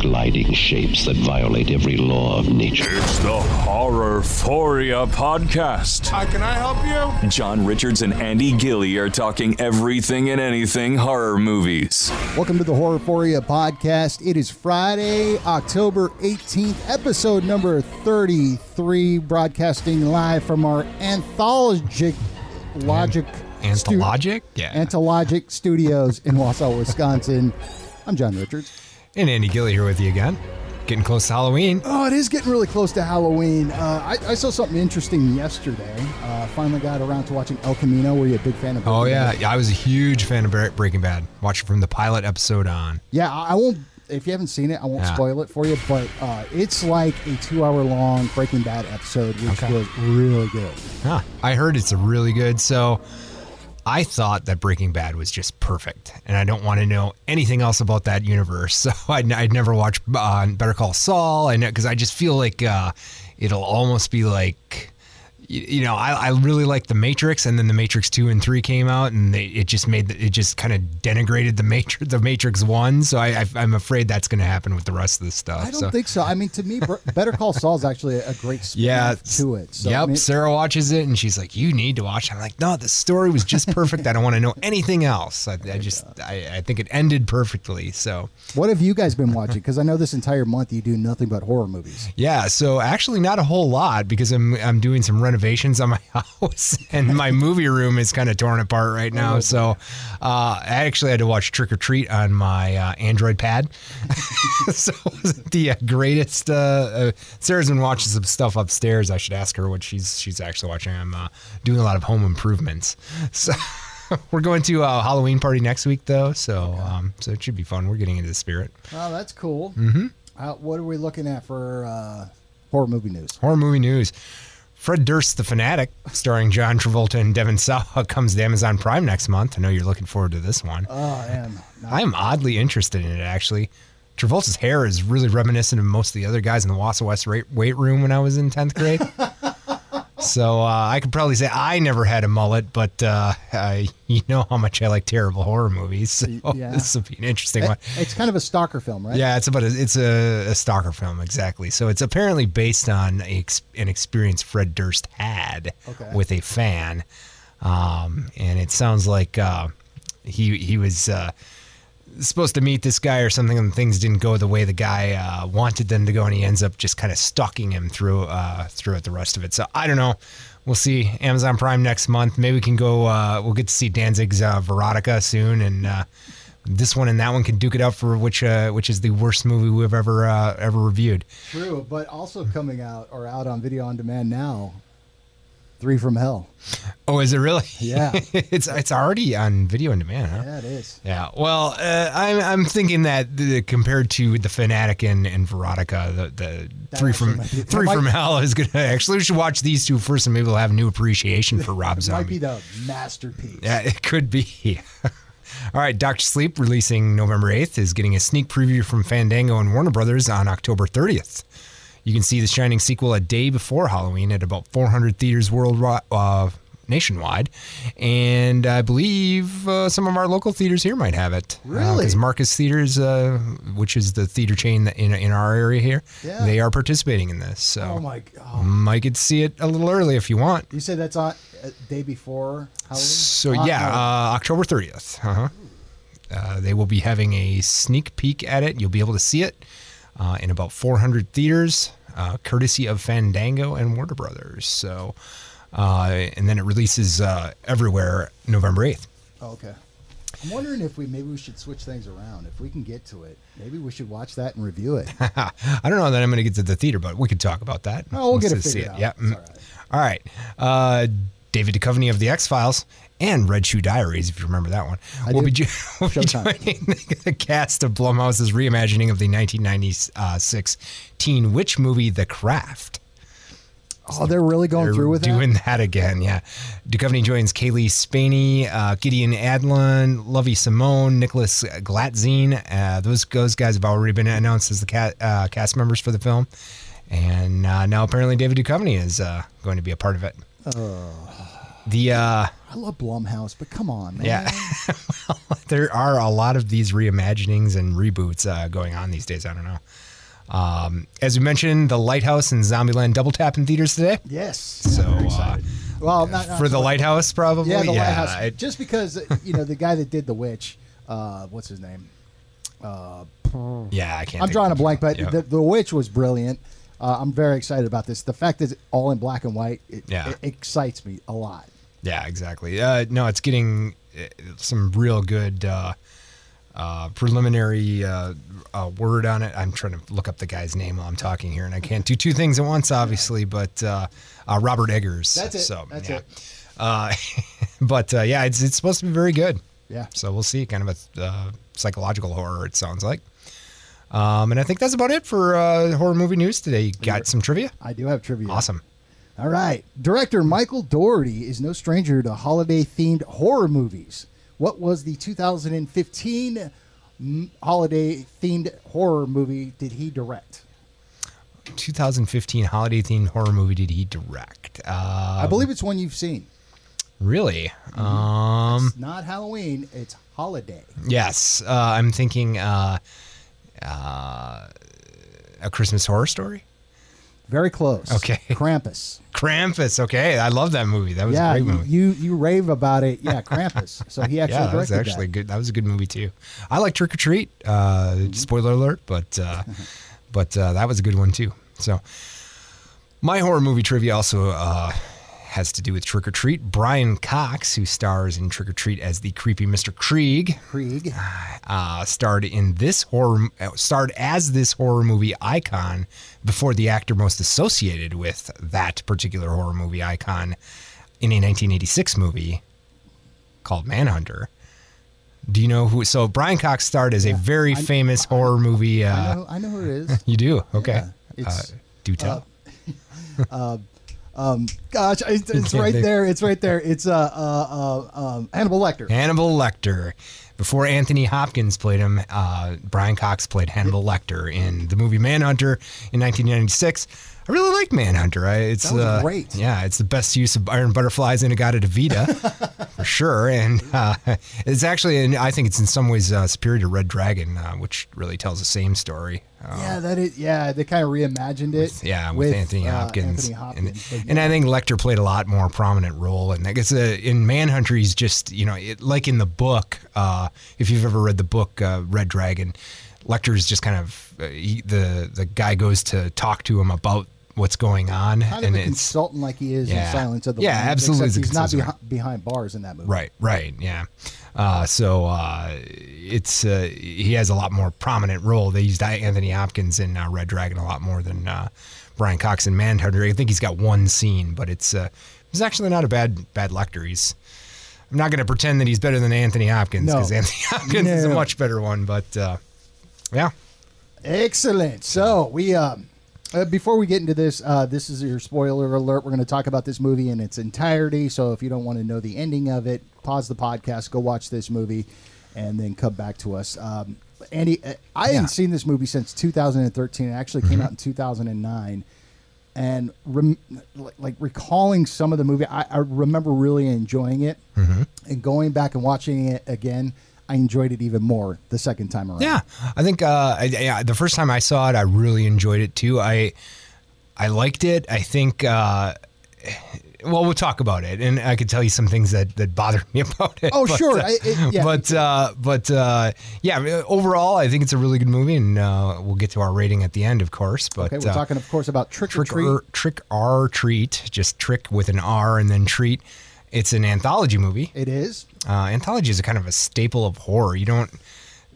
gliding shapes that violate every law of nature. It's the Horrorphoria podcast. Hi, can I help you? John Richards and Andy Gilly are talking everything and anything horror movies. Welcome to the Horrorphoria podcast. It is Friday, October 18th, episode number 33, broadcasting live from our anthologic logic stu- Anthologic? Yeah. Antologic Studios in Wausau, Wisconsin. I'm John Richards. and Andy Gilly here with you again. Getting close to Halloween. Oh, it is getting really close to Halloween. Uh, I, I saw something interesting yesterday. Uh, finally got around to watching El Camino. Were you a big fan of? Oh, Breaking yeah. Bad? yeah. I was a huge fan of Bre- Breaking Bad. Watched it from the pilot episode on. Yeah, I I won't. If you haven't seen it, I won't Yeah. spoil it for you. But uh, it's like a two-hour-long Breaking Bad episode, which Okay. was really good. Huh. I heard it's a really good. So I thought that Breaking Bad was just perfect. And I don't want to know anything else about that universe. So I'd, I'd never watch uh, Better Call Saul. I know because I just feel like uh, it'll almost be like. y- You know, I, I really liked The Matrix, and then The Matrix Two and Three came out, and they, it just made the, it just kind of denigrated the Matrix, the Matrix One. So I, I, I'm afraid that's going to happen with the rest of this stuff. I don't so. think so. I mean, to me, Br- Better Call Saul is actually a great spin yeah to it. So, yep. I mean, Sarah watches it and she's like, "You need to watch." it." I'm like, "No, the story was just perfect. I don't want to know anything else. I, I just, I, I think it ended perfectly." So what have you guys been watching? Because I know this entire month you do nothing but horror movies. yeah. So actually, not a whole lot because I'm I'm doing some renovations on my house and my movie room is kind of torn apart right now. so uh, I actually had to watch Trick or Treat on my uh, Android pad. so it wasn't the uh, greatest. Uh, uh, Sarah's been watching some stuff upstairs. I should ask her what she's she's actually watching. I'm uh, doing a lot of home improvements. So we're going to a Halloween party next week though, so um, so it should be fun. We're getting into the spirit. Oh, that's cool. Mm-hmm. Uh, what are we looking at for uh, horror movie news? Horror movie news. Fred Durst, The Fanatic, starring John Travolta and Devin Sawa, comes to Amazon Prime next month. I know you're looking forward to this one. Oh, I am. not- I'm oddly interested in it, actually. Travolta's hair is really reminiscent of most of the other guys in the Wassa West ra- weight room when I was in 10th grade. so uh, I could probably say I never had a mullet, but uh, I, you know how much I like terrible horror movies. So yeah. this will be an interesting It- one. it's kind of a stalker film, right? Yeah, it's about a, it's a, a stalker film exactly. So it's apparently based on a, ex- an experience Fred Durst had Okay. with a fan, um, and it sounds like uh, he he was. Uh, Supposed to meet this guy or something, and things didn't go the way the guy uh, wanted them to go, and he ends up just kind of stalking him through uh, throughout the rest of it. So I don't know. We'll see Amazon Prime next month. Maybe we can go. Uh, we'll get to see Danzig's uh, Veronica soon, and uh, this one and that one can duke it out for which uh, which is the worst movie we've ever uh, ever reviewed. True, but also coming out or out on video on demand now. Three from Hell. Oh, is it really? Yeah. it's it's already on video on demand. Huh? Yeah, it is. Yeah. Well, uh, I'm I'm thinking that the, compared to the Fanatic and, and Veronica, the, the That three actually from might be- that three might- from hell is gonna actually we should watch these two first, and maybe we'll have a new appreciation for Rob It might be Zombie. the masterpiece. Yeah, it could be. All right, Doctor Sleep, releasing November 8th, is getting a sneak preview from Fandango and Warner Brothers on October 30th. You can see the Shining sequel a day before Halloween at about 400 theaters worldwide, uh, nationwide, and I believe uh, some of our local theaters here might have it. Really? Because Marcus Theaters, uh, which is the theater chain that in in our area here, Yeah. they are participating in this. So Oh my god! might get to see it a little early if you want. You said that's on uh, day before Halloween. So Uh, yeah, no. uh, October 30th. Uh-huh. Uh, they will be having a sneak peek at it. You'll be able to see it uh, in about 400 theaters, uh, courtesy of Fandango and Warner Brothers. So, uh, and then it releases uh, everywhere November 8th. Oh, okay. I'm wondering if we maybe we should switch things around. If we can get to it, maybe we should watch that and review it. I don't know that I'm going to get to the theater, but we could talk about that. Oh, we'll get Once it I see figured out. Yeah. It's mm. all right. All right. Uh, David Duchovny of the X Files and Red Shoe Diaries, if you remember that one, I will do. be, jo- will be Showtime. joining the cast of Blumhouse's reimagining of the 1996 teen witch movie, The Craft. oh, they're really going They're through with that? doing that? again. Yeah, Duchovny joins Kaylee Spaney, uh, Gideon Adlon, Lovey Simone, Nicholas Glatzine. Uh, those those guys have already been announced as the ca- uh, cast members for the film, Oh. and uh, now apparently David Duchovny is uh, going to be a part of it. The uh, I love Blumhouse, but come on, man. yeah, Oh. well, there are a lot of these reimaginings and reboots uh, going on these days. I don't know. Um, as we mentioned, the Lighthouse and Zombieland double tap in theaters today. Yes. So uh, well, not, not- for the Lighthouse, probably. yeah, the Lighthouse. I- just because uh, you know the guy that did The Witch, uh, what's his name? yeah, I can't. I'm think drawing a of- blank, but Yeah. the, the Witch was brilliant. Uh, I'm very excited about this. The fact that it's all in black and white, it, Yeah. it excites me a lot. Yeah, exactly. Uh, no, it's getting uh, some real good uh, uh, preliminary uh, uh, word on it. I'm trying to look up the guy's name while I'm talking here, and I can't do two things at once, obviously. But uh, uh, Robert Eggers. That's it. So, That's yeah. it. Uh, but uh, yeah, it's it's supposed to be very good. Yeah. So we'll see. Kind of a uh, psychological horror. It sounds like. Um, and I think that's about it for uh, horror movie news today. You got some trivia? I do have trivia. Awesome. All right. Director Michael Dougherty is no stranger to holiday themed horror movies. What was the 2015 holiday themed horror movie did he direct? 2015 holiday themed horror movie did he direct? Uh, I believe it's one you've seen. Really? Um, It's not Halloween, it's holiday. yes. Uh, I'm thinking uh, uh, a Christmas horror story. Very close. Okay. Krampus. Krampus. Okay, I love that movie. That was yeah, a great you, movie. you you rave about it. Yeah, Krampus. So he actually yeah, that was directed actually that. good. That was a good movie too. I like Trick or Treat. Uh, Mm-hmm. Spoiler alert, but uh, but uh, that was a good one too. So my horror movie trivia also uh, has to do with Trick or Treat. Brian Cox, who stars in Trick or Treat as the creepy Mr. Krieg, Krieg. uh, starred in this horror, uh, starred as this horror movie icon before the actor most associated with that particular horror movie icon in a 1986 movie called Manhunter. Do you know who? So Brian Cox starred as a very famous horror movie. I, Uh, know, I know who it is. you do okay. Yeah, uh, it's- do tell. Gosh, it's, it's Yeah, right they- there. It's right there. It's uh uh, uh um, Hannibal Lecter. Hannibal Lecter. Before Anthony Hopkins played him, uh, Brian Cox played Hannibal Lecter in the movie Manhunter in 1996. I really like Manhunter. I, it's That was uh, great. Yeah, it's the best use of Iron Butterflies in Agata DeVita for sure, and uh, it's actually, and I think it's in some ways uh, superior to Red Dragon, uh, which really tells the same story. Uh, Yeah, that is. Yeah, they kind of reimagined it. yeah, with, Anthony uh, Hopkins. Anthony Hopkins. And, But and yeah, I think Lecter played a lot more prominent role. And I guess uh, in Manhunter, he's just, you know, it, like in the book, uh, if you've ever read the book, uh, Red Dragon, Lecter's just kind of, uh, he, the, the guy goes to talk to him about what's going on. kind of and a it's, consultant like he is yeah. in Silence of the Yeah, Lambs, absolutely except he's He's a not consultant. behi- behind bars in that movie. Right, right, yeah. Uh, so uh, it's uh, he has a lot more prominent role. They used Anthony Hopkins in uh, Red Dragon a lot more than uh, Brian Cox in Manhunter. I think he's got one scene, but it's uh, he's actually not a bad bad lector. He's I'm not going to pretend that he's better than Anthony Hopkins No. because Anthony Hopkins is a No. much better one. But uh, yeah, Excellent. So we um, uh, before we get into this, uh, this is your spoiler alert. We're going to talk about this movie in its entirety. So if you don't want to know the ending of it, pause the podcast, go watch this movie, and then come back to us. Um, Andy, uh, I Yeah. hadn't seen this movie since 2013. It actually came out in 2009. And rem- like- like recalling some of the movie, I, I remember really enjoying it, and going back and watching it again, I enjoyed it even more the second time around. Yeah, I think uh, I, yeah, the first time I saw it, I really enjoyed it too. I I liked it. I think. Uh, well, we'll talk about it, and I could tell you some things that that bothered me about it. Oh, but, sure. uh, I- it- yeah. but uh, but uh, yeah. I mean, Overall, I think it's a really good movie, and uh, we'll get to our rating at the end, of course. But Okay, we're uh, talking, of course, about trick, trick or treat. or trick R treat, just trick with an R and then treat. It's an anthology movie. it is. Uh, anthology is a kind of a staple of horror. You don't.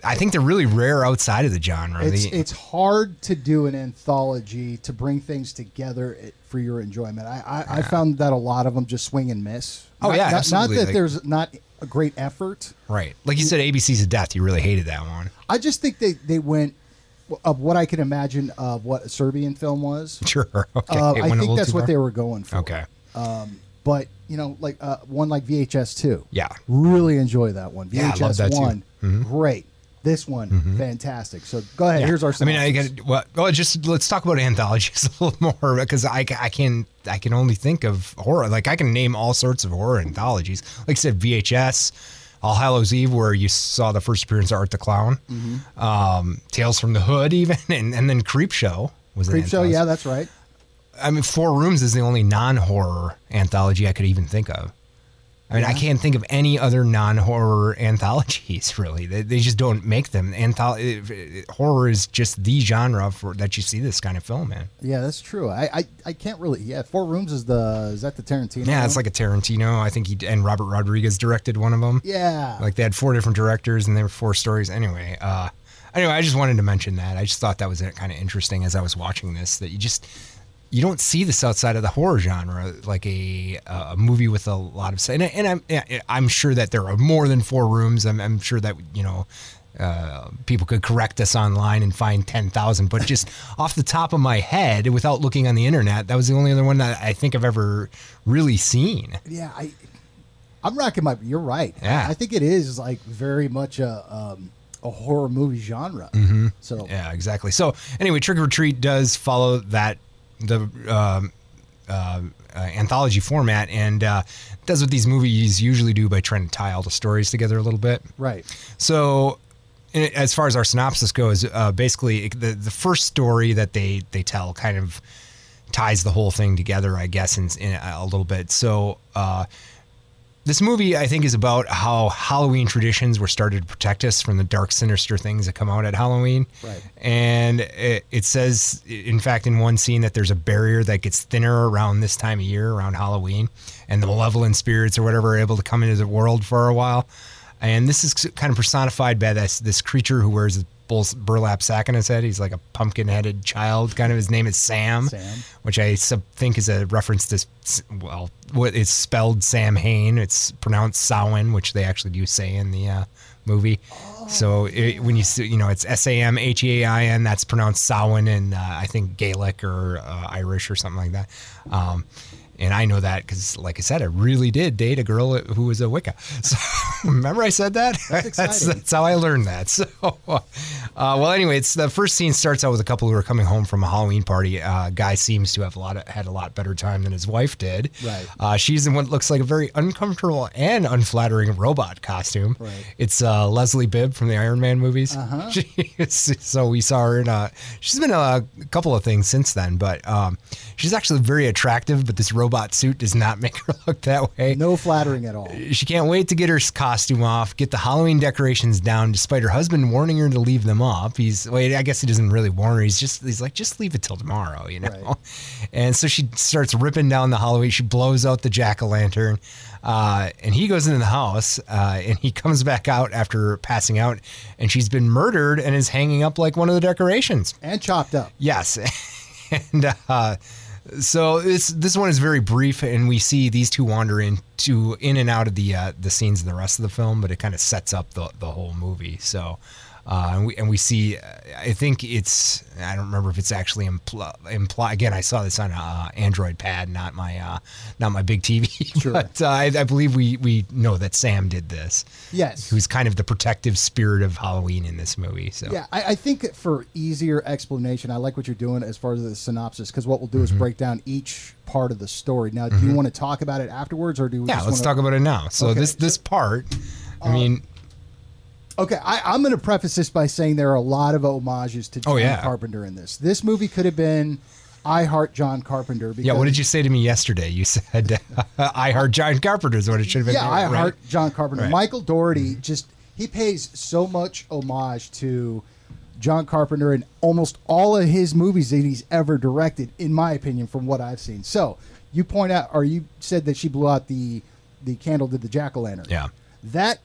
I think they're really rare outside of the genre. It's They- it's hard to do an anthology to bring things together it- for your enjoyment. I I, I found that a lot of them just swing and miss. Oh, Not- yeah, not, absolutely, Not that like- there's not a great effort. Right. Like you said, ABC's of Death. You really hated that one. I just think they they went of what I can imagine of what a Serbian film was. Sure. Okay. Uh, It went a I little think that's too what far? they were going for. Okay. But you know, like uh, one like VHS two. Yeah. Really enjoy that one. VHS Yeah, I love that too. Mm-hmm. one. Great. This one, fantastic. So go ahead. Here's our. I mean, I synopsis. get well, well. Just let's talk about anthologies a little more because I, ca- I can I can only think of horror. Like I can name all sorts of horror anthologies. Like I said, VHS, All Hallows Eve, where you saw the first appearance of Art the Clown, Mm-hmm. um, Tales from the Hood, even, and, and then Creep Show was an Creep show. anthology. Yeah, that's right. I mean, Four Rooms is the only non-horror anthology I could even think of. I mean, I can't think of any other non-horror anthologies. Really, they, they just don't make them. Anthol- eh, horror is just the genre for that you see this kind of film in. Yeah, that's true. I, I I can't really. Yeah, Four Rooms is the is that the Tarantino? Yeah, it's one? like a Tarantino. I think he d- and Robert Rodriguez directed one of them. yeah. Like they had four different directors and they were four stories. Anyway, uh, anyway, I just wanted to mention that. I just thought that was kind of interesting as I was watching this that you just you don't see this outside of the horror genre, like a a movie with a lot of and, I- and I'm yeah, I'm sure that there are more than four rooms. I'm, I'm sure that you know. Uh, people could correct us online and find 10,000, but just off the top of my head, without looking on the internet, that was the only other one that I think I've ever really seen. yeah, I I'm rocking my. You're right. Yeah. I think it is like very much a um, a horror movie genre. So Mm-hmm. Yeah, exactly. So anyway, Trick or Treat does follow that the um, uh, uh, anthology format and uh, does what these movies usually do by trying to tie all the stories together a little bit. right. So, i- as far as our synopsis goes, uh, basically it- the the first story that they they tell kind of ties the whole thing together, I guess, in, in a little bit. So. Uh, this movie, I think, is about how Halloween traditions were started to protect us from the dark, sinister things that come out at Halloween. Right. And it, it says, in fact, in one scene that there's a barrier that gets thinner around this time of year, around Halloween, and the malevolent spirits or whatever are able to come into the world for a while. And this is kind of personified by this this creature who wears a bul- burlap sack on his head. He's like a pumpkin-headed child. Kind of his name is Sam Sam. which I sub- think is a reference to, s- well, what it's spelled Sam Hain. It's pronounced Samhain, which they actually do say in the uh, movie. So it, when you see, you know, it's S A M H E A I N, that's pronounced Samhain in, uh, I think, Gaelic or uh, Irish or something like that. Um, and I know that because, like I said, I really did date a girl who was a Wicca. So remember I said that? That's that's, exciting. that's how I learned that. So, uh, well, anyway, it's the first scene starts out with a couple who are coming home from a Halloween party. Uh, guy seems to have a lot of, had a lot better time than his wife did. Right. Uh, she's in what looks like a very uncomfortable and unflattering robot costume. Right. It's uh, Leslie Bibb from the Iron Man movies. Uh-huh. She is- so we saw her in a. She's been in a couple of things since then, but um, she's actually very attractive. But this robot suit does not make her look that way No flattering at all. she can't wait to get her costume off, get the Halloween decorations down, despite her husband warning her to leave them up. He's wait, I guess he doesn't really warn her. He's just he's like, just leave it till tomorrow, you know. Right. And so she starts ripping down the Halloween. She blows out the jack o' lantern, uh, and he goes into the house, uh, and he comes back out after passing out, and she's been murdered and is hanging up like one of the decorations. And chopped up. Yes, and uh, so this this one is very brief, and we see these two wander into in and out of the uh, the scenes in the rest of the film, but it kind of sets up the the whole movie. So. Uh, and, we, and we see, uh, I think it's, I don't remember if it's actually impl- imply. Again, I saw this on a uh, Android pad, not my, uh, not my big TV. Sure. But uh, I, I believe we we know that Sam did this, Yes. who's kind of the protective spirit of Halloween in this movie. So Yeah, I, I think for easier explanation, I like what you're doing as far as the synopsis because what we'll do is Mm-hmm. break down each part of the story. Now, do you want to talk about it afterwards, or do we? Yeah, just let's wanna... talk about it now. So Okay, Um, this this part, I mean, Okay, I, I'm going to preface this by saying there are a lot of homages to John Oh, yeah. Carpenter in this. This movie could have been I Heart John Carpenter. Because, yeah. What did you say to me yesterday? You said uh, I heart John Carpenter is what it should have been. Yeah, I right? Heart John Carpenter. Right. Mm-hmm. Michael Doherty just he pays so much homage to John Carpenter in almost all of his movies that he's ever directed, in my opinion, from what I've seen. So you point out, or you said that she blew out the the candle to the jack o' lantern. Yeah. that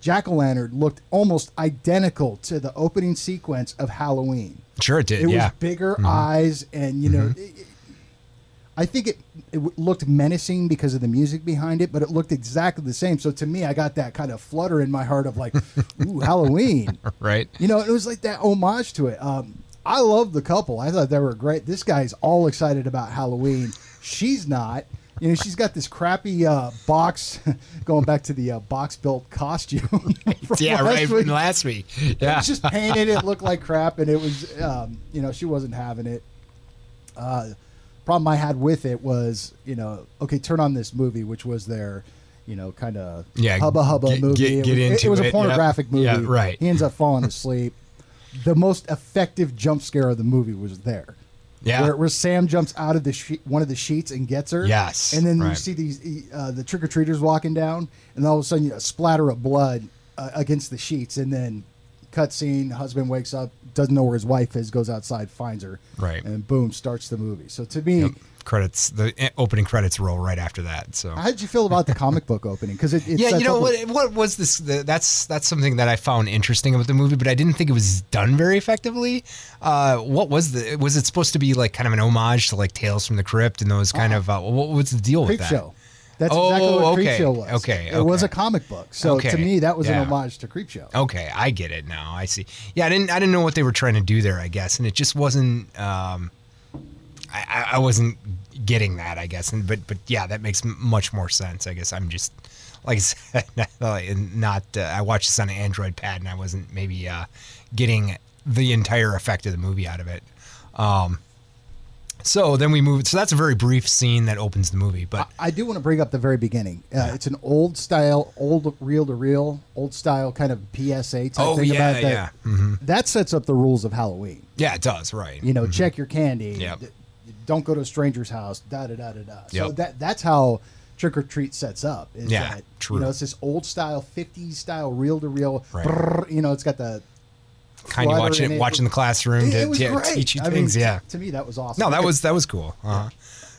jack o' lantern looked almost identical to the opening sequence of Halloween. Sure, it did. It yeah, Mm-hmm. was bigger eyes, and you know, it- it- I think it, it w- looked menacing because of the music behind it, but it looked exactly the same. So to me, I got that kind of flutter in my heart of like, "Ooh, Halloween!" right. You know, it was like that homage to it. Um, I love the couple. I thought they were great. This guy's all excited about Halloween. She's not. you know, she's got this crappy uh, box, going back to the uh, box built costume. from yeah, right. week. From last week. It Yeah. was just painted. It looked like crap, and it was, um, you know, she wasn't having it. Uh, problem I had with it was, you know, okay, turn on this movie, which was their, you know, kind of Yeah, hubba hubba get- movie. get- it, get was, it- into was it, a yep. pornographic movie. Yeah, right. He ends up falling asleep. The most effective jump scare of the movie was there. Yeah. Where, where Sam jumps out of the she- one of the sheets and gets her. Yes, And then you right. see these uh, the trick or treaters walking down, and all of a sudden you know, a splatter of blood uh, against the sheets, and then cutscene. Husband wakes up, doesn't know where his wife is, goes outside, finds her. Right. And boom, starts the movie. So to me. Credits. The eh, opening credits roll right after that. So. How did you feel about the comic book opening? Because it, it yeah, sets you know up with- what? eh, What was this? The, that's that's something that I found interesting about the movie, but I didn't think it was done very effectively. Uh, what was the? Was it supposed to be like kind of an homage to like Tales from the Crypt and those kind Uh-huh. of? Uh, what was the deal with Creep that? Show. That's Oh, exactly what Creep okay, Show was. okay, It was okay. a comic book. So to Okay, me, that was yeah. an homage to Creep Show. Okay, I get it now. I see. Yeah, I didn't. I didn't know what they were trying to do there. I guess, and it just wasn't. Um, I, I- I wasn't getting that. I guess, and but but yeah, that makes m- much more sense. I guess I'm just like I said, not. not, Uh, I watched this on an Android pad, and I wasn't maybe uh, getting the entire effect of the movie out of it. Um, so then we move. So that's a very brief scene that opens the movie, but. I do want to bring up the very beginning. Uh, It's an old style, old reel to reel, old style kind of PSA type Oh, thing yeah, about that. yeah. Mm-hmm. That sets up the rules of Halloween. yeah, it does, right? You know, check your candy. Yep. d- Don't go to a stranger's house. Da da da da da. So Yep. that that's how trick or treat sets up. Is Yeah, that, true. You know, it's this old style, 50s style reel to reel. Right. You know, it's got the. kind of flutter watching in it, it. watching the classroom It, to, it was to great. teach you I mean, things. t- yeah, To me, that was awesome. No, that It- was that was cool. Uh-huh.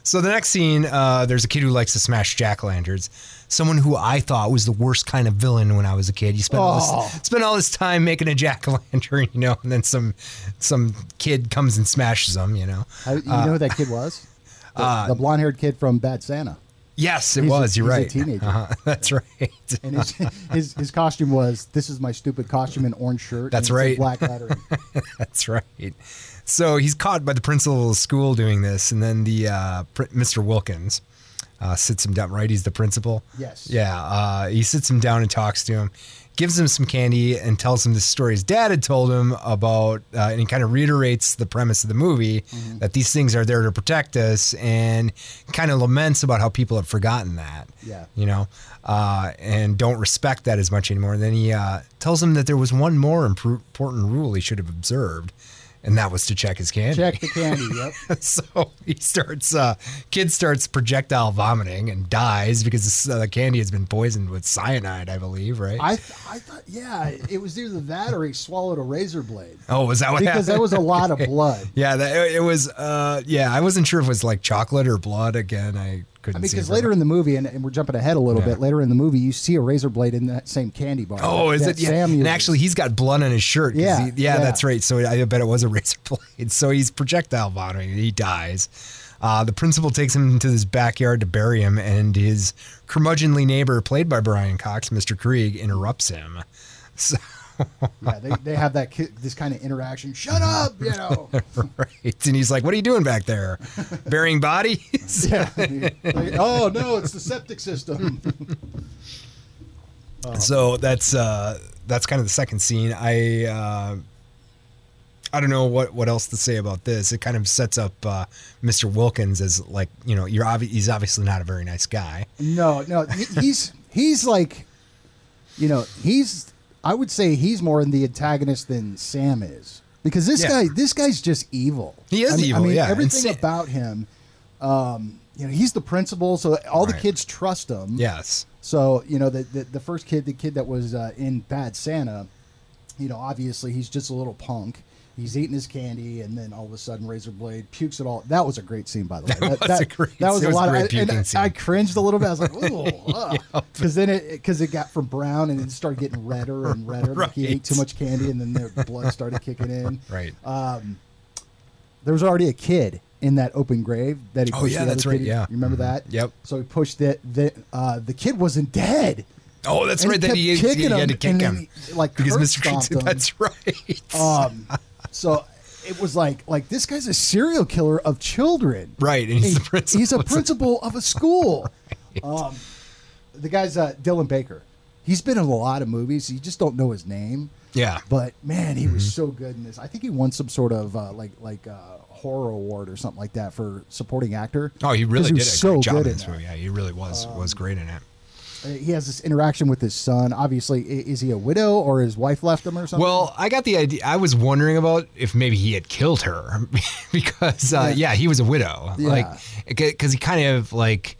So the next scene, uh, there's a kid who likes to smash jack o' lanterns. Someone who I thought was the worst kind of villain when I was a kid. You spent all Oh. this, spent all this time making a jack o' lantern, you know, and then some some kid comes and smashes them, you know. I- you know who that kid was? The, uh, the blonde haired kid from Bad Santa. Yes, it He's a- was. you're he's a right. teenager. Uh-huh. That's right. and his, his his costume was this is my stupid costume in orange shirt. That's and it says right. Black lettering. That's right. So he's caught by the principal of the school doing this, and then the uh, pr- Mr. Wilkins uh, sits him down. Right, he's the principal. Yes. Yeah. Uh, he sits him down and talks to him, gives him some candy, and tells him the story his dad had told him about, uh, and he kind of reiterates the premise of the movie Mm-hmm. that these things are there to protect us, and kind of laments about how people have forgotten that Yeah. you know, uh, and don't respect that as much anymore. And then he uh, tells him that there was one more impro- important rule he should have observed, and that was to check his candy. Check the candy. Yep. so he starts, uh, kid starts projectile vomiting and dies because this, uh, the candy has been poisoned with cyanide, I believe, right? I th- I thought yeah, it was either that or he swallowed a razor blade oh, was that what because happened? that was a lot of blood. yeah, that, it, it was. Uh, yeah, I wasn't sure if it was like chocolate or blood. Again, I couldn't. I mean, see because from later it. in the movie, and, and we're jumping ahead a little Yeah. bit. Later in the movie, you see a razor blade in that same candy bar. Oh, is that it? Yeah. Sam uses. and actually, he's got blood on his shirt. 'cause Yeah, he- yeah, yeah. that's right. So I bet it was a razor blade. So he's projectile vomiting. and He dies. Uh, the principal takes him to his backyard to bury him, and his curmudgeonly neighbor, played by Brian Cox, Mr. Krieg, interrupts him. So, yeah, they, they have that ki- this kind of interaction. Shut up, you know. right. And he's like, What are you doing back there? Burying bodies? yeah. Like, oh no, it's the septic system. So that's uh, that's kind of the second scene. I uh, I don't know what, what else to say about this. It kind of sets up uh, Mr. Wilkins as like you know you're obvi- he's obviously not a very nice guy. No, no, he- he's he's like, you know, he's. I would say he's more in the antagonist than Sam is because this Yeah. guy, this guy's just evil. He is I mean, evil, I mean, yeah, and everything Sam- about him. Um, you know, he's the principal, so all the Right. kids trust him. Yes, So you know, the the, the first kid, the kid that was uh, in Bad Santa, you know, obviously he's just a little punk. He's eating his candy, and then all of a sudden, Razor Blade pukes it all. That was a great scene, by the way. That, was a great- that was it a was a lot. great of, and puking I, I scene. cringed a little bit. I was like, "Ooh," because then it because it got from brown and it started getting redder and redder. Like he ate Right. too much candy, and then their blood started kicking in. Uh, right. There was already a kid in that open grave that he. Oh, pushed yeah, the other that's right, kid. yeah. You remember Mhm. that? Yep. So he pushed it. The uh, the kid wasn't dead. oh, that's and he right. That kept he, he, kicking had him, to kick and then him he, like, because curb Mr. stomped Krieg. him. That's right. Um, so it was like like this guy's a serial killer of children. Right, and he's the And he's a principal. principal of a school. um, the guy's uh, Dylan Baker. He's been in a lot of movies. You just don't know his name. Yeah. Mm-hmm. But man, he was so good in this. I think he won some sort of uh, like like uh, horror award or something like that for supporting actor. Oh, he 'Cause really did a was so great job good in this that. Um, movie. Yeah, he really was was great in it. Uh, He has this interaction with his son. Obviously, i- is he a widow or his wife left him or something? Well, I got the idea. I was wondering about if maybe he had killed her because, uh, yeah. he was a widow. Yeah. Like, because he kind of like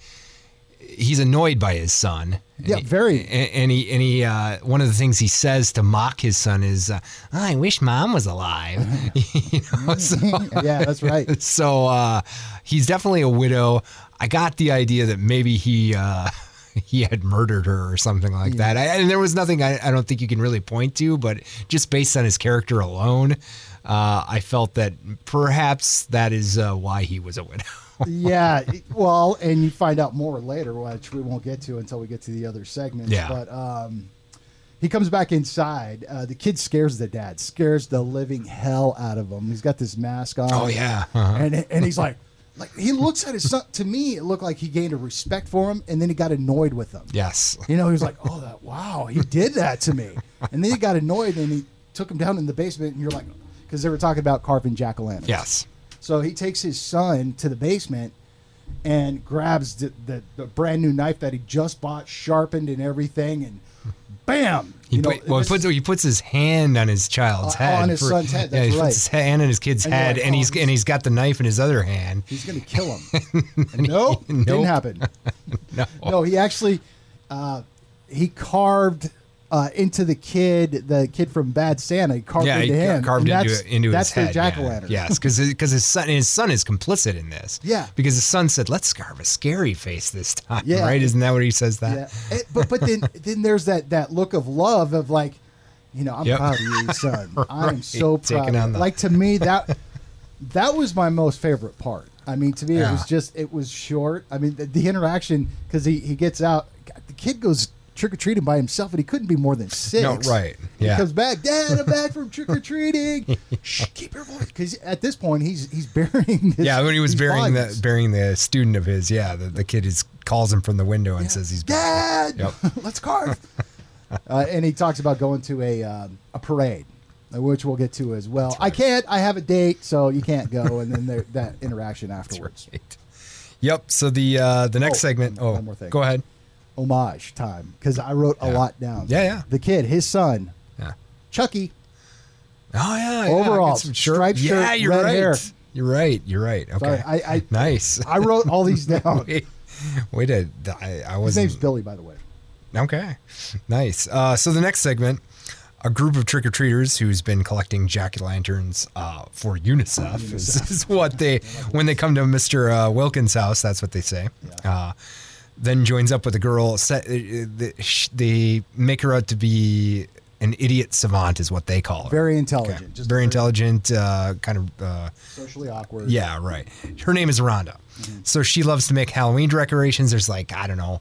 he's annoyed by his son. And Yeah, he- very. And, and he and he uh, one of the things he says to mock his son is, uh, "I wish mom was alive." You know, so- yeah, that's right. so uh, he's definitely a widow. I got the idea that maybe he uh, he had murdered her or something Hmm. like that. I, and there was nothing I, I don't think you can really point to, but just based on his character alone, uh, I felt that perhaps that is uh, why he was a widow. yeah. Well, and you find out more later, which we won't get to until we get to the other segments. Yeah. But um, he comes back inside. Uh, the kid scares the dad, scares the living hell out of him. He's got this mask on. Oh, yeah. Uh-huh. And and he's like, like he looks at his son. To me, it looked like he gained a respect for him, and then he got annoyed with him. yes. You know, he was like, "Oh, that wow, he did that to me," and then he got annoyed and he took him down in the basement. And you're like, because they were talking about carving jack o' lanterns. Yes. So he takes his son to the basement and grabs the, the, the brand new knife that he just bought, sharpened and everything, and bam! He, put, well, he, this puts, is- he puts his hand on his child's Uh, head. on his son's head, yeah, that's he right. puts his hand on his kid's And you're head, like, and oh, he's he's- and he's got the knife in his other hand. he's gonna kill him. nope, didn't Nope. happen. No. no, he actually uh, he carved uh, into the kid, the kid from Bad Santa. He carved yeah, into he ca- him. carved and into that's, it- into that's his head. their jack o' yeah. lantern. Yes, because his son and his son is complicit in this. Yeah. because his son said, "Let's carve a scary face this time." Yeah. right? Isn't that what he says? That Yeah, It- but but then then there's that that look of love of like, you know, I'm Yep. proud of you, son. I am so Right. proud. Taking Of on you. the- Like to me that that was my most favorite part. I mean, to me it was Yeah. just it was short. I mean, the, the interaction because he he gets out, God, the kid goes trick or treating by himself, and he couldn't be more than six. No, right. Yeah. He comes back, Dad, I'm back from trick or treating. Shh, keep your voice, because at this point he's he's burying. This, yeah. When he was these burying the bodies. burying the student of his, yeah, the, the kid is calls him from the window and says he's Dad, Yep. let's carve. uh, and he talks about going to a um, a parade, uh, which we'll get to as well. I can't. I have a date, so you can't go. And then there, that interaction afterwards. Right. Yep. So the uh, the next Oh, segment. Oh, one more thing. go ahead. Homage time because I wrote a Yeah. lot down. Yeah, yeah. The kid, his son, Yeah. Chucky. Oh yeah. Overalls, yeah. I get some shirt- striped shirt, Yeah, you're red right. hair. You're right. You're right. Okay. Sorry, I- I- nice. I wrote all these down. wait, wait a, I, I His wasn't. name's Billy, by the way. Okay, nice. Uh, so the next segment, a group of trick or treaters who's been collecting jack o' lanterns uh, for UNICEF, Is, is what they when they come to Mister uh, Wilkins' house. That's what they say. Uh, then joins up with a girl. Set, uh, the, sh- they make her out to be an idiot savant, is what they call her. Very Okay. intelligent. Just very intelligent, uh, kind of. Uh, Socially awkward. yeah, right. Her name is Rhonda. So she loves to make Halloween decorations. There's like, I don't know,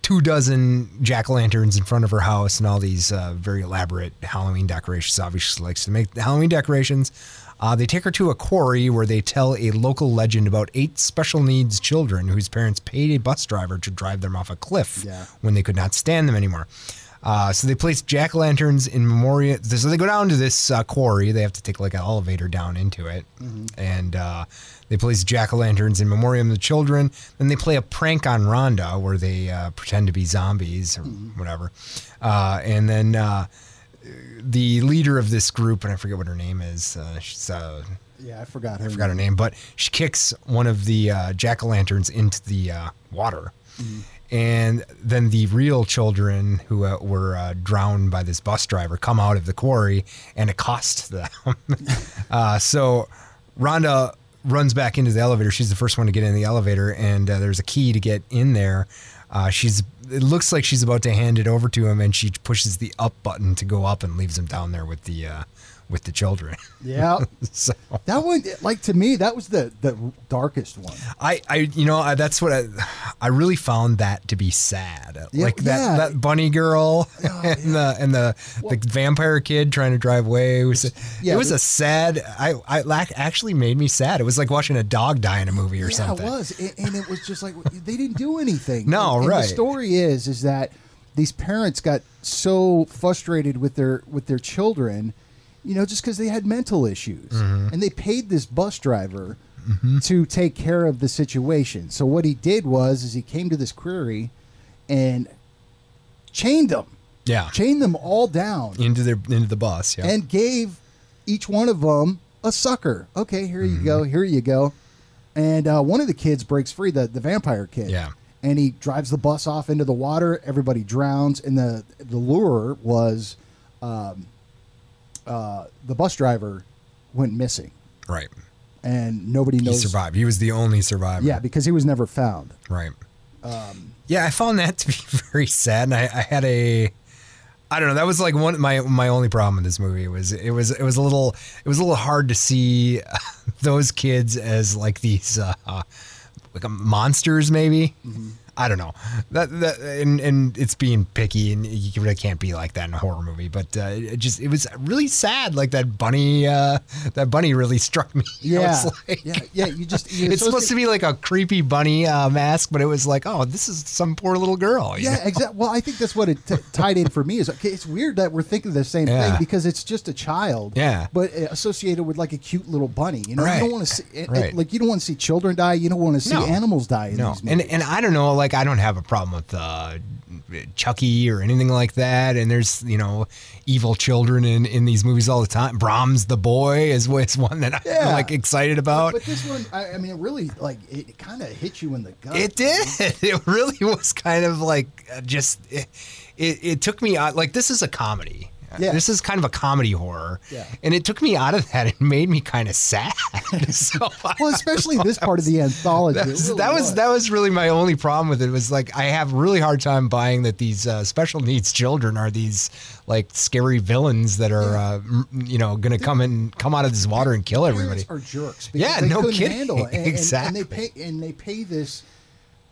two dozen jack o' lanterns in front of her house and all these uh, very elaborate Halloween decorations. Obviously, she likes to make Halloween decorations. Uh, they take her to a quarry where they tell a local legend about eight special needs children whose parents paid a bus driver to drive them off a cliff Yeah. when they could not stand them anymore. Uh, so they place jack o' lanterns in memorial. So they go down to this uh, quarry. They have to take like an elevator down into it, and uh, they place jack o' lanterns in memoriam of the children. Then they play a prank on Rhonda, where they uh, pretend to be zombies or whatever, uh, and then. Uh, the leader of this group, and I forget what her name is. Uh, she's uh, Yeah, I forgot her. I forgot her name, but she kicks one of the uh, jack o' lanterns into the uh, water. And then the real children who uh, were uh, drowned by this bus driver come out of the quarry and accost them. uh, so Rhonda runs back into the elevator. She's the first one to get in the elevator, and uh, there's a key to get in there. Uh, she's it looks like she's about to hand it over to him, and she pushes the up button to go up and leaves him down there with the uh, with the children. Yeah, so that one, like to me, that was the the darkest one. I, I, you know, I, that's what I, I really found that to be sad. Yeah, like that, yeah. Oh, that bunny girl and the and the, the vampire kid trying to drive away. It was, yeah, it was it- a sad. I, I lack actually made me sad. It was like watching a dog die in a movie or yeah, something. it was, A- and it was just like they didn't do anything. No, And- and right. The story is is that these parents got so frustrated with their with their children, you know, just because they had mental issues, Mm-hmm. and they paid this bus driver to take care of the situation. So what he did was, is he came to this quarry, and chained them, Yeah, chained them all down, into their into the bus. Yeah, and gave each one of them a sucker. Okay, here you go, Mm-hmm. here you go. And uh, one of the kids breaks free, the, the vampire kid. Yeah. And he drives the bus off into the water. Everybody drowns. And the, the lure was um, uh, the bus driver went missing. right. And nobody He knows. survived. He was the only survivor. Yeah, because he was never found. Right. Um, yeah, I found that to be very sad, and I, I had a. I don't know. That was like one my my only problem with this movie was it was it was a little it was a little hard to see those kids as like these uh, uh, like um, monsters maybe. Mm-hmm. I don't know that that and and it's being picky and you really can't be like that in a horror movie. But uh, it just it was really sad. Like that bunny uh, that bunny really struck me. I Yeah. was like- yeah. Yeah. You just. you're it's supposed to be like a creepy bunny uh, mask, but it was like, oh, this is some poor little girl. you Yeah, exactly. Well, I think that's what it t- tied in for me is okay, it's weird that we're thinking the same Yeah. thing because it's just a child. Yeah. But uh, associated with like a cute little bunny. You know, you Right. don't want to see it, it- Right. like you don't want to see children die. You don't want to see No. animals die in know? No, these and movies. and I don't know, like I don't have a problem with uh, Chucky or anything like that. And there's you know evil children in, in these movies all the time. Brahms the boy is, is one that I'm Yeah. like excited about. but this one, I, I mean, it really like it, kind of hit you in the gut. It did. It really was kind of like uh, just it, it, it took me out. Like this is a comedy. Yeah. This is kind of a comedy horror. Yeah. And it took me out of that and made me kind of sad. so I- Well, especially this part of the anthology. that It was, really that was was. that was really my only problem with it was like I have really hard time buying that these uh, special needs children are these like scary villains that are uh, m- you know going to come and come out of this water and kill everybody. parents are jerks. Yeah, Because they no couldn't kidding. Handle it. And, and, Exactly. and they pay and they pay this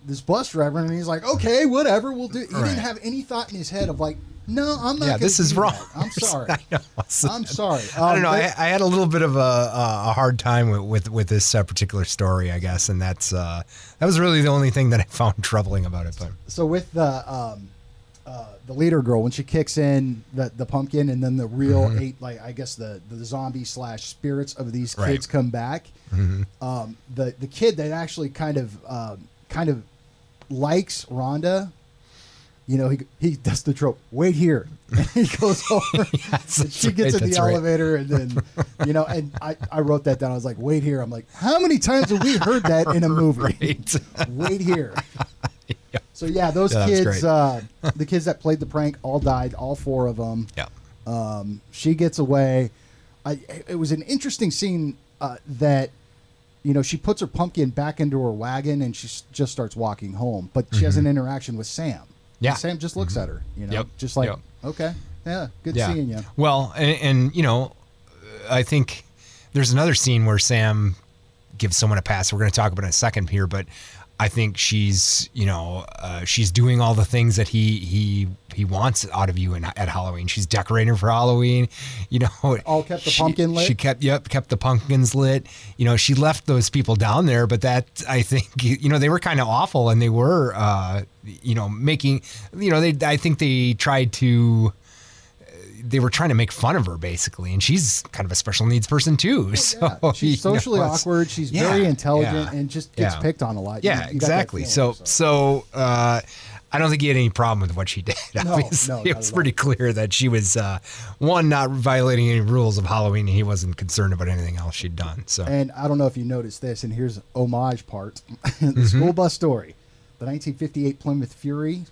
this bus driver, and he's like, "Okay, whatever, we'll do." He Right. didn't have any thought in his head of like, "No, I'm not." Yeah, gonna this is do wrong. that. I'm sorry. I know. So- I'm sorry. I don't Um, know. but- I, I had a little bit of a, a a hard time with, with, with this uh, particular story, I guess, and that's uh, that was really the only thing that I found troubling about it. But so with the um, uh, the leader girl when she kicks in the, the pumpkin and then the real Mm-hmm. eight like I guess the the zombie slash spirits of these kids Right. Mm-hmm. come back. Um, the the kid that actually kind of um, kind of likes Rhonda. You know, he, he does the trope. Wait here. And he goes over. and she that's gets right, in the that's right. elevator, and then, you know, and I, I wrote that down. I was like, wait here. I'm like, how many times have we heard that in a movie? Right. wait here. So yeah, those Yeah, that was kids, great. uh, the kids that played the prank, all died. All four of them. yeah, Um, she gets away. I, it was an interesting scene uh, that, you know, she puts her pumpkin back into her wagon and she s- just starts walking home. But she has an interaction with Sam. Mm-hmm. Yeah. Mm-hmm. And Sam just looks at her. You know, Yep. just like Yep. okay, yeah, good yeah. seeing you. Well, and, and you know, I think there's another scene where Sam gives someone a pass. We're going to talk about it in a second here, but I think she's, you know, uh, she's doing all the things that he he he wants out of you in, at Halloween. She's decorating for Halloween, you know. All kept the she- pumpkin lit? She kept yep kept the pumpkins lit. You know, she left those people down there, but that I think you know they were kind of awful, and they were, uh, you know, making, you know, they I think they tried to they were trying to make fun of her basically, and she's kind of a special needs person too. So Oh, Yeah. Oh, you know, She's socially it's- awkward. She's yeah, very intelligent yeah, and just gets yeah. picked on a lot. You- Yeah, you got that exactly. feeling, so, so uh, I don't think he had any problem with what she did. No, Obviously, no, it not was at all. pretty clear that she was uh, one not violating any rules of Halloween, and he wasn't concerned about anything else she'd done. So, And I don't know if you noticed this, and here's homage part: the Mm-hmm. school bus story, the 1958 Plymouth Fury,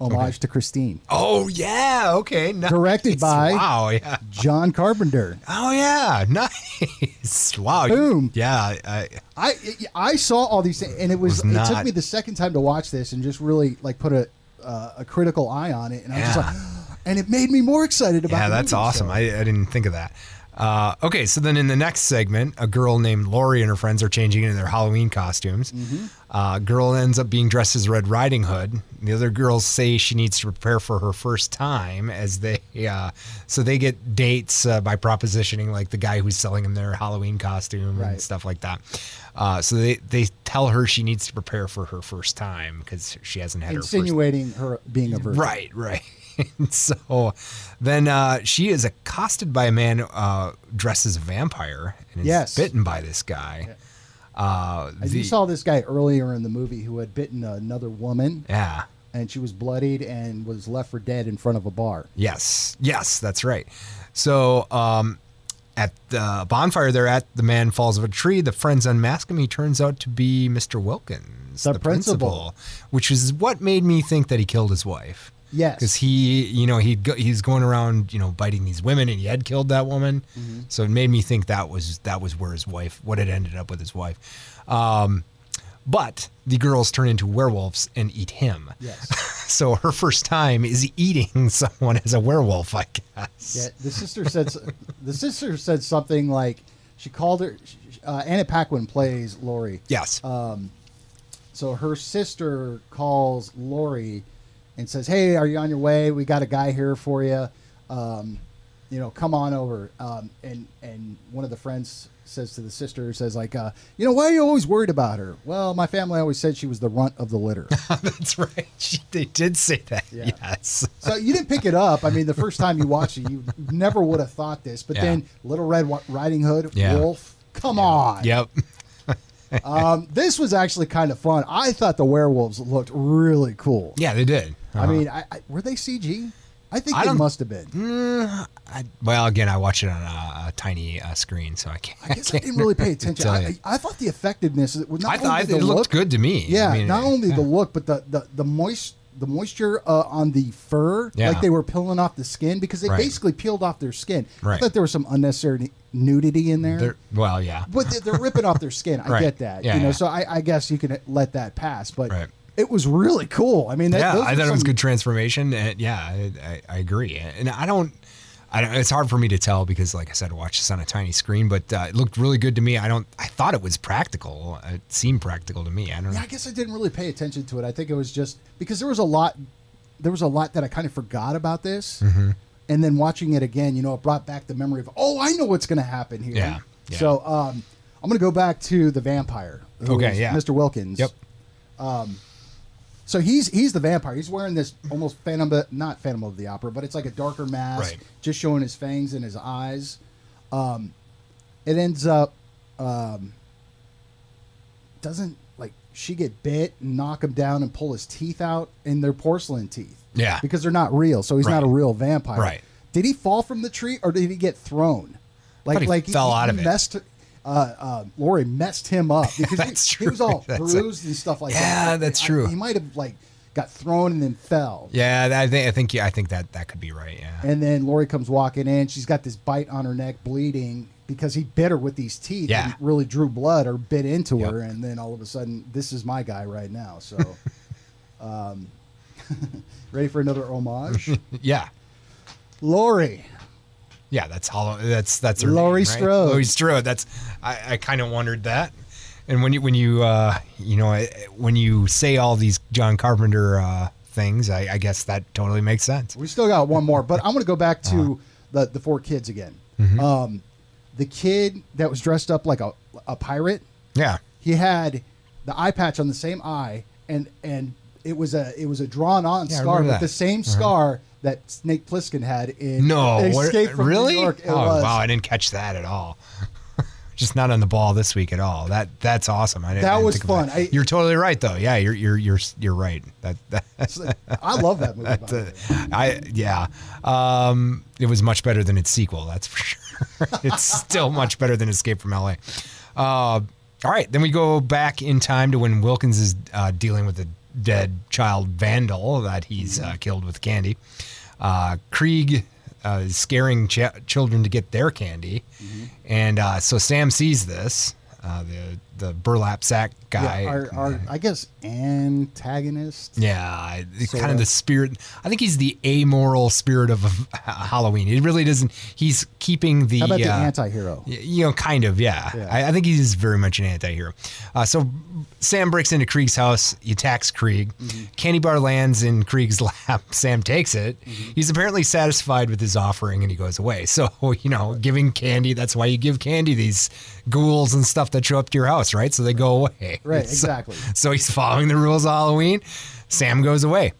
homage to Christine, oh yeah, okay, nice. Directed by- wow, yeah, John Carpenter. oh yeah, nice, wow, Boom. yeah, I, I I saw all these things, and it was, It was it took not- me the second time to watch this and just really like put a uh, a critical eye on it, and I'm just Yeah. like, and it made me more excited about. Yeah, the that's movie, awesome. so- I, I didn't think of that. Uh, okay, so then in the next segment, a girl named Lori and her friends are changing into their Halloween costumes. Mm-hmm. Uh, girl ends up being dressed as Red Riding Hood. The other girls say she needs to prepare for her first time as they, uh, so they get dates uh, by propositioning like the guy who's selling them their Halloween costume Right. and stuff like that. Uh, so they they tell her she needs to prepare for her first time because she hasn't had her first insinuating her being a virgin. Right, right. And so then uh, she is accosted by a man uh, dressed as a vampire and is Yes. bitten by this guy. Uh, And the- you saw this guy earlier in the movie who had bitten another woman, yeah. and she was bloodied and was left for dead in front of a bar. Yes. Yes, that's right. So um, at the bonfire they're at, the man falls of a tree. The friends unmask him. He turns out to be Mr. Wilkins, The principal. which is what made me think that he killed his wife. Yes. because he, you know, he'd go, he's going around, you know, biting these women, and he had killed that woman. Mm-hmm. So it made me think that was that was where his wife, what had ended up with his wife. Um, but the girls turn into werewolves and eat him. Yes. So her first time is eating someone as a werewolf, I guess. Yeah, the sister said s- the sister said something like she called her. sh- sh- Uh, Anna Paquin plays Lori. Yes. uh, So her sister calls Lori and says, "Hey, are you on your way? We got a guy here for you. Um, you know, come on over." Um, and and one of the friends says to the sister, says like, uh, "You know, why are you always worried about her?" Well, my family always said she was the runt of the litter. That's right. She, they did say that. Yeah. Yes. so you didn't pick it up. I mean, the first time you watched it, you never would have thought this. But Yeah. then Little Red Wa- Riding Hood, Yeah. Wolf, come on. Yep. Um, this was actually kind of fun. I thought the werewolves looked really cool. Yeah, they did. I mean, I, I, were they CG? I think I they don't- must have been. I, well, again, I watched it on a, a tiny uh, screen, so I can't. I guess I didn't really pay attention. tell I, you. I, I thought the effectiveness. was Not I thought only it the looked look- good to me. Yeah, I mean, not only yeah. the look, but the the the moist the moisture uh, on the fur, Yeah. like they were peeling off the skin because they Right. basically peeled off their skin. I Right. thought there was some unnecessary nudity in there. They're- well, yeah. but they- they're ripping off their skin. I Right. get that. Yeah, you know, yeah. so I, I guess you can let that pass. But Right. it was really cool. I mean, that, yeah, those I were thought it was some- good transformation. And yeah, I, I, I agree. And I don't, I don't, it's hard for me to tell because, like I said, I watched this on a tiny screen, but uh, it looked really good to me. I don't, I thought it was practical. It seemed practical to me. I don't know. Yeah, I guess I didn't really pay attention to it. I think it was just because there was a lot, there was a lot that I kind of forgot about this, Mm-hmm. and then watching it again, you know, it brought back the memory of oh, I know what's going to happen here. Yeah, yeah. So um, I'm going to go back to the vampire. who Okay, is yeah. Mr. Wilkins. Um, Yep. So he's he's the vampire. He's wearing this almost phantom, but not Phantom of the Opera, but it's like a darker mask, Right. just showing his fangs and his eyes. Um, it ends up, um, doesn't like she get bit and knock him down and pull his teeth out and they're porcelain teeth. Yeah. because they're not real, so he's not Right. a real vampire. Right. Did he fall from the tree or did he get thrown? Like thought he like fell out of it. messed, Uh, uh, Lori messed him up because That's he, he true. was all That's a- bruised and stuff like that. Yeah, that's true. he might have like got thrown and then fell. Yeah, that- I think, I think, yeah, I think that that could be right. Yeah. And then Lori comes walking in. She's got this bite on her neck, bleeding because he bit her with these teeth Yeah. and really drew blood or bit into Yep. her. And then all of a sudden, this is my guy right now. So, um, ready for another homage? yeah. Lori. Yeah, that's hollow. That's that's her Laurie name, right? Strode. Laurie Strode. That's I, I kind of wondered that. And when you when you uh, you know I- when you say all these John Carpenter uh, things, I, I guess that totally makes sense. We still got one more, but I'm going to go back to the, the four kids again. Um, the kid that was dressed up like a, a pirate. Yeah. he had the eye patch on the same eye and and it was a it was a drawn on Yeah, I scar remember with that. Uh-huh. the same scar that Snake Plissken had in No, what- Escape from really? New York. It oh was. wow, I didn't catch that at all. Just not on the ball this week at all. That that's awesome. I didn't, That I didn't was think of fun. That. I- you're totally right though. Yeah, you're you're you're you're right. That, that So, I love that movie. by the way. uh, I yeah. Um, it was much better than its sequel. That's for sure. it's still much better than Escape from LA. Uh, all right, then we go back in time to when Wilkins is uh, dealing with a dead child vandal that he's uh, killed with candy. Uh, Krieg uh, is scaring Mm-hmm. ch- children to get their candy, and uh, so Sam sees this. Uh, the the burlap sack guy. yeah, our, our, I guess antagonist. Yeah, I- it's Sort kind of. of the spirit. I think he's the amoral spirit of uh, Halloween. It really doesn't. He's keeping the. How about the uh, anti-hero? Y- you know, kind of, yeah. Yeah. I, I think he's very much an anti-hero. Uh, so Sam breaks into Krieg's house. He attacks Krieg. Mm-hmm. Candy bar lands in Krieg's lap. Sam takes it. Mm-hmm. He's apparently satisfied with his offering, and he goes away. So you know, giving candy—that's why you give candy these ghouls and stuff that show up to your house, right? So they go away. Right, So- exactly. so he's following the rules of Halloween. Sam goes away.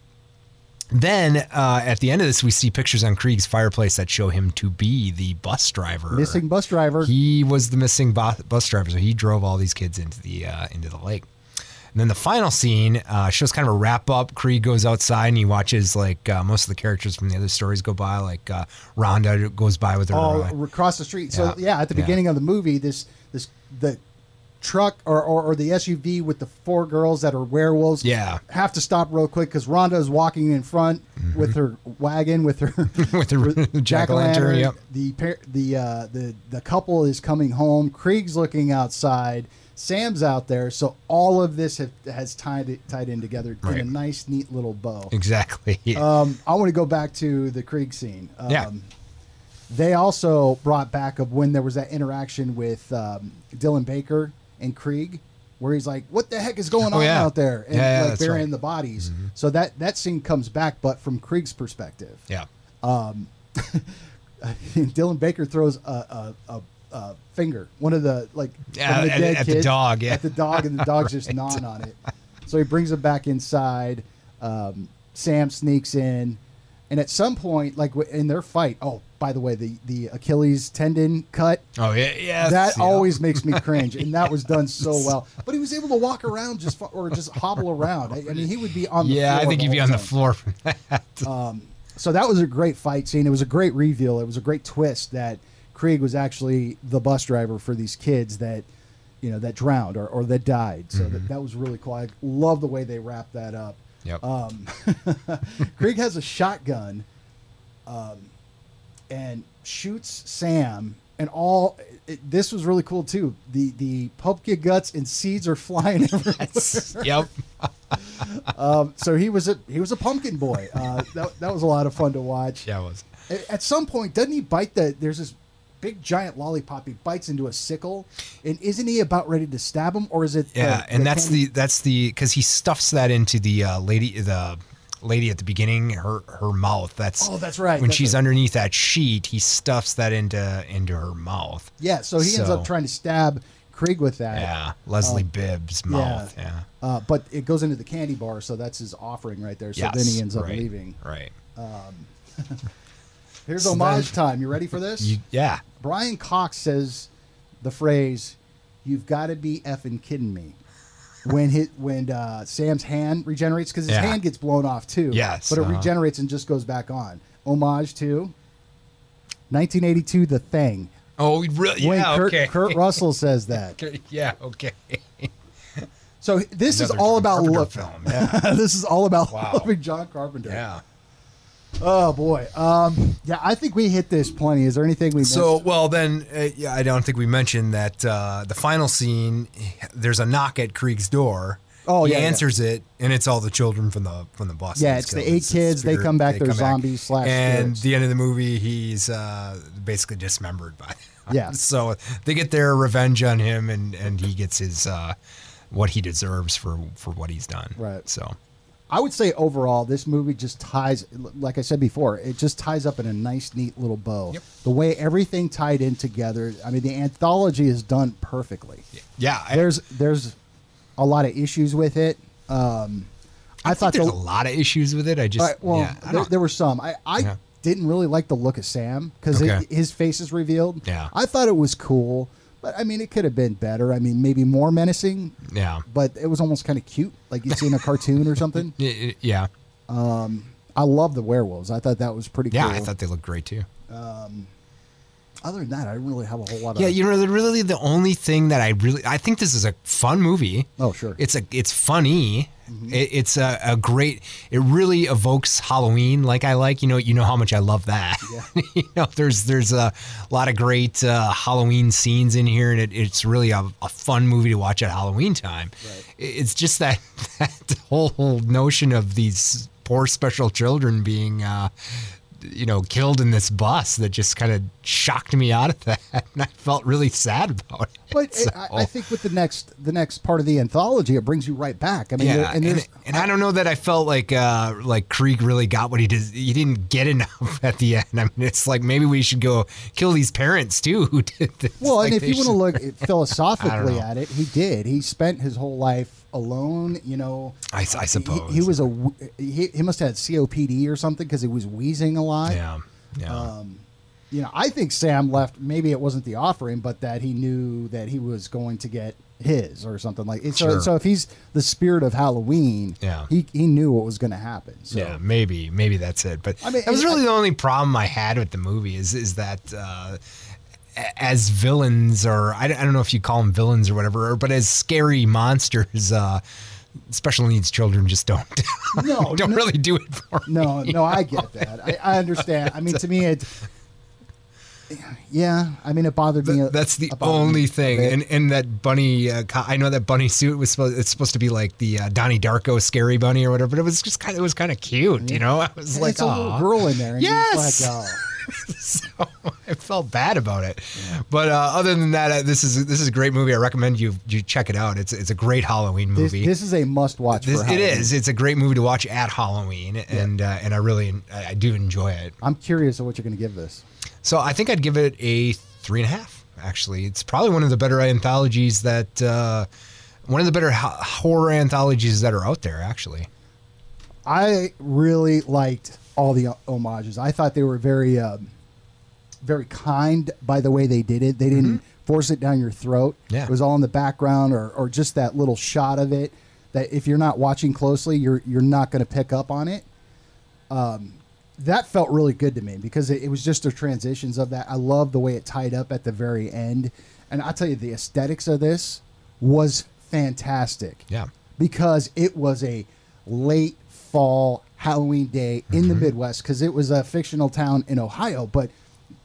Then uh, at the end of this, we see pictures on Krieg's fireplace that show him to be the bus driver. Missing bus driver. He was the missing bo- bus driver, so he drove all these kids into the uh, into the lake. And then the final scene uh, shows kind of a wrap up. Creed goes outside and he watches like uh, most of the characters from the other stories go by. Like uh, Rhonda goes by with her. all uh, across the street. So Yeah. yeah, at the Yeah. beginning of the movie, this this the truck or, or, or the SUV with the four girls that are werewolves. Yeah. Mm-hmm. have to stop real quick because Rhonda is walking in front with her wagon with her With her jack-o'-lantern, yep. The pair, the uh, the the couple is coming home. Krieg's looking outside. Sam's out there, so all of this have, has tied it, tied in together Right. in a nice, neat little bow. exactly. Um, I want to go back to the Krieg scene. Um, Yeah. They also brought back of when there was that interaction with um, Dylan Baker and Krieg, where he's like, "What the heck is going Oh, on yeah. out there?" and Yeah, yeah, like that's burying right. Mm-hmm. the bodies. So that that scene comes back, but from Krieg's perspective. yeah. Dylan Baker throws a, a, a, a finger, one of the like Yeah, from at- at the dog, yeah. at the dog, and the dog's just gnawing on it. So he brings him back inside. Um, Sam sneaks in, and at some point, like w- in their fight, oh by the way, the the Achilles tendon cut. Oh yeah. Yes, That yeah. always makes me cringe, and that was done so well. But he was able to walk around, just fu- or just hobble around. I, I mean, he would be on. The Yeah, I floor think you'd be whole on the time. floor from that. So that was a great fight scene. It was a great reveal. It was a great twist that Krieg was actually the bus driver for these kids that, you know, that drowned or, or that died. So that, that was really cool. I love the way they wrapped that up. Um, Yep. Krieg has a shotgun, um, and shoots Sam. And all it, this was really cool too. The the pumpkin guts and seeds are flying everywhere. yep. Um, so he was a he was a pumpkin boy. Uh, that, that was a lot of fun to watch. Yeah, it was. At- At some point, doesn't he bite the? There's this big giant lollipop. He bites into a sickle, and isn't he about ready to stab him? Or is it? uh, the- Yeah, and that's candy- the that's the because he stuffs that into the uh, lady the lady at the beginning her her mouth. That's Oh, that's right, When that's she's right. underneath that sheet, he stuffs that into into her mouth. Yeah, so he ends So- up trying to stab Krieg with that. Yeah, Leslie Bibb's mouth. Oh. yeah. Yeah, Uh, but it goes into the candy bar, so that's his offering right there. So Yes, then he ends up right, leaving. Right. Here's So homage then- time. You ready for this? You, yeah. Brian Cox says the phrase, "You've got to be effing kidding me." When hit when uh, Sam's hand regenerates because his Yeah. hand gets blown off too. Yes, but it uh-huh. regenerates and just goes back on. Homage to 1982, The Thing. Oh, really? When Yeah. Kurt, okay. Kurt Russell says that. Yeah. Okay. So this is Another all John about Carpenter love. film. Yeah. this is all about Wow. loving John Carpenter. yeah. Oh boy. Um, yeah, I think we hit this plenty. Is there anything we missed? So well, then uh, yeah, I don't think we mentioned that uh, the final scene. There's a knock at Krieg's door. Oh, he yeah, yeah. answers it, and it's all the children from the from the bus. Yeah, that's it's the killed. eight the kids, they spirit, come back, they're come zombies slash And spirits. the end of the movie, he's uh, basically dismembered by. them. Yeah. so they get their revenge on him, and and he gets his uh, what he deserves for for what he's done. Right. So I would say overall, this movie just ties, like I said before, it just ties up in a nice, neat little bow. Yep. The way everything tied in together. I mean, the anthology is done perfectly. yeah, I, There's there's a lot of issues with it. Um, I, I thought think there's the- a lot of issues with it. I just all right, well, yeah, I there, don't- there were some. I, I Yeah. didn't really like the look of Sam because Okay. his face is revealed. Yeah. I thought it was cool, but I mean, it could have been better. I mean, maybe more menacing, yeah. but it was almost kind of cute, like you'd see in a cartoon or something. Y- y- Yeah, I love the werewolves. I thought that was pretty yeah, cool. I thought they looked great too. Other than that, I don't really have a whole lot of. Yeah, you know, the- really the only thing that I really I think this is a fun movie. Oh, sure. Mm-hmm. It's a it's funny. It, it's a, a great. It really evokes Halloween, like I like. You know, you know how much I love that. you know, there's there's a lot of great uh, Halloween scenes in here, and it, it's really a, a fun movie to watch at Halloween time. It- It's just that that whole notion of these poor special children being. Uh, you know, killed in this bus that just kind of shocked me out of that. And I felt really sad about it. but eh, So- I, I think with the next the next part of the anthology, it brings you right back. I mean, there- yeah, and and, there's and, I don't know that I felt like uh, like Krieg really got what he did. He didn't get enough at the end. I mean, it's like maybe we should go kill these parents too who did this. Well, Like, and if they you want to should- look it- philosophically know. at it, he did. He spent his whole life alone. You know, I s- I He- suppose. he, was a wh- he, he must have had COPD or something because he was wheezing a lot. yeah, yeah, uh, You know, I think Sam left. Maybe it wasn't the offering, but that he knew that he was going to get his or something like. So, Sure. so if he's the spirit of Halloween, Yeah. he he knew what was going to happen. So. yeah. Maybe, maybe that's it. But I mean, that was and really the only problem I had with the movie is is that. Uh, a- as villains, or I don't I don't know if you call them villains or whatever, or- but as scary monsters, uh, special needs children just don't No, don't no. really do it for me. No, no, I get that. I, I understand. I mean, to me, it. Yeah, I mean, it bothered me. a- Th- that's the a bothered me only a thing. bit. And and that bunny, uh, co- I know that bunny suit was supposed. It's supposed to be like the uh, Donnie Darko scary bunny or whatever. But it was just kind. Of, it was kind of cute, you know. I was And like, it's a little "Aw." girl in there. And yes. Yes! Like, oh. so I felt bad about it. But uh, other than that, uh, this is this is a great movie. I recommend you you check it out. It's it's a great Halloween This, movie. this is a must-watch. This- for it Halloween. is. It's a great movie to watch at Halloween, and uh, and I really I I do enjoy it. I'm curious of what you're going to give this. So I think I'd give it a three and a half. Actually, it's probably one of the better anthologies that uh, one of the better ho- horror anthologies that are out there. Actually, I really liked all the homages. I thought they were very, um, very kind by the way they did it. They didn't force it down your throat. Yeah. It was all in the background, or, or just that little shot of it. That if you're not watching closely, you're you're not going to pick up on it. Um, that felt really good to me because it, it was just the transitions of that. I love the way it tied up at the very end, and I'll tell you the aesthetics of this was fantastic yeah, because it was a late fall Halloween day in the Midwest because it was a fictional town in Ohio. But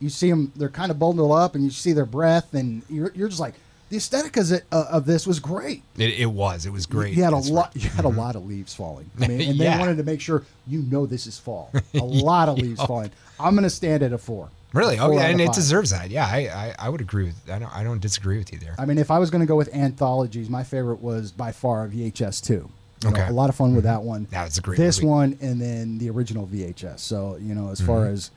you see them; they're kind of bundled up, and you see their breath, and you're, you're just like, the aesthetic of, it, uh, of this was great. it, it was. It was great. You had a That's lot. You had a lot of leaves falling. I mean, and they Yeah. wanted to make sure you know this is fall. A lot of leaves falling. I'm going to stand at a four. right. Really? Four Oh, yeah, out and of it five. deserves that. Yeah, I, I, I would agree with. I don't I don't disagree with you there. I mean, if I was going to go with anthologies, my favorite was by far VHS two. You know, Okay. Mm-hmm. a lot of fun with that one. That was a great This movie. one and then the original VHS. So you know, as far Mm-hmm. as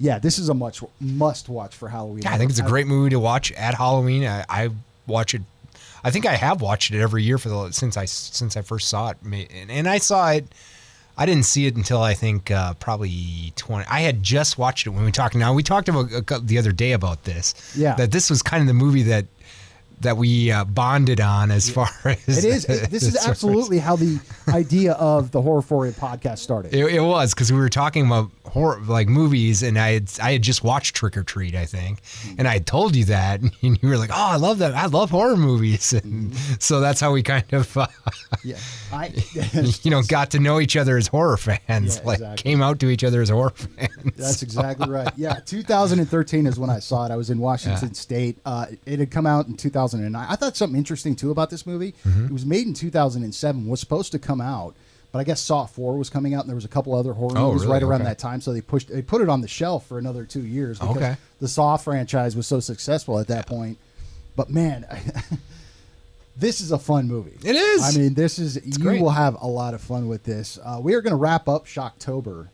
yeah, this is a much must watch for Halloween. Yeah, I think it's a great movie to watch at Halloween. I, I watch it. I think I have watched it every year for the since I since I first saw it, Ma- and, and I saw it. I didn't see it until I think uh, probably twenty. I had just watched it when we talked. Now we talked about a cou- the other day about this. Yeah. that this was kind of the movie that that we uh, bonded on as far It as is. It, this is as far as- absolutely how the idea of the Horror Foria podcast started. It, it was because we were talking about horror, like movies, and I had I had just watched Trick or Treat, I think, and I had told you that, and you were like, "Oh, I love that! I love horror movies," and so that's how we kind of, uh, yeah, I, you know, got to know each other as horror fans, Yeah, like exactly. came out to each other as horror fans. That's exactly right. Yeah, 2013 is when I saw it. I was in Washington State. Uh, it had come out in 2009. I thought something interesting too about this movie. Mm-hmm. It was made in 2007. Was supposed to come out, but I guess Saw Four was coming out, and there was a couple other horror Oh, movies really? right around Okay. that time. So they pushed, they put it on the shelf for another two years because Okay. the Saw franchise was so successful at that point. But man. This is a fun movie. It is. I mean, this is you great. will have a lot of fun with this. Uh, we are going to wrap up Shocktober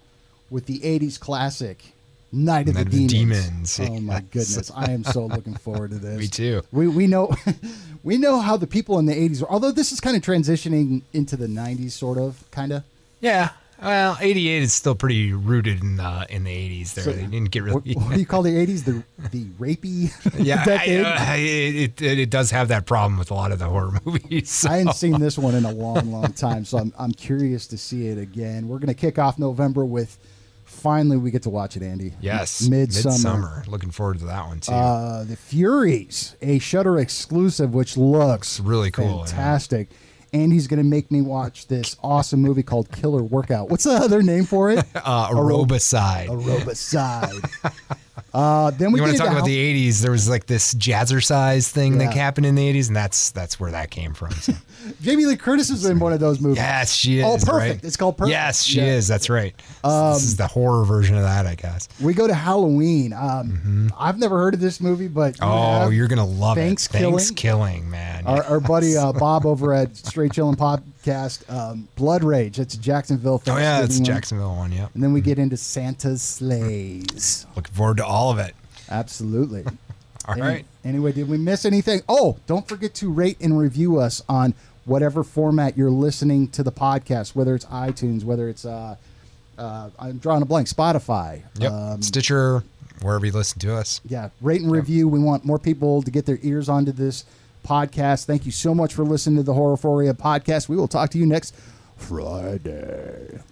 with the '80s classic Night of Night the of the Demons. Demons, Oh my yes. goodness, I am so looking forward to this. Me too. We we know we know how the people in the '80s were. Although this is kind of transitioning into the '90s, sort of, kind of. Yeah, well, '88 is still pretty rooted in the in the '80s. There, they didn't get What, really. what do you call the '80s? The the rapey yeah, I, decade. uh, it, it it does have that problem with a lot of the horror movies. I hadn't seen this one in a long, long time, so I'm, I'm curious to see it again. We're going to kick off November with finally we get to watch it, Andy. Yes. Midsummer. Looking forward to that one too. Uh, the Furies, a Shutter exclusive, which looks Looks really cool, yeah. fantastic. Andy's going to make me watch this awesome movie called Killer Workout. What's the other name for it? uh, Aerobicide. Aerobicide. uh, then we you want get to talk into about how- the 80s there was like this jazzercise thing Yeah. that happened in the 80s and that's that's where that came from so. Jamie Lee Curtis is in one of those movies. yes she is Oh, perfect. right? It's called Perfect. yes she Yeah. Um, is that's right this is the horror version of that i guess We go to Halloween. Um, I've never heard of this movie, but you Mm-hmm. oh have. you're gonna love Thanks it thanks killing man Our, our buddy uh, Bob over at Straight Chillin' Podcast, um, Blood Rage. That's a Jacksonville. oh yeah it's Thanksgiving one. jacksonville one yep And then we get into Santa's sleighs. looking forward to all of it Absolutely. All right. Any- Anyway, did we miss anything? Oh, don't forget to rate and review us on whatever format you're listening to the podcast, whether it's iTunes, whether it's uh, uh, I'm drawing a blank, Spotify. yep Um, stitcher wherever you listen to us yeah, rate and review. We want more people to get their ears onto this podcast. Thank you so much for listening to the Horrorphoria podcast. We will talk to you next Friday.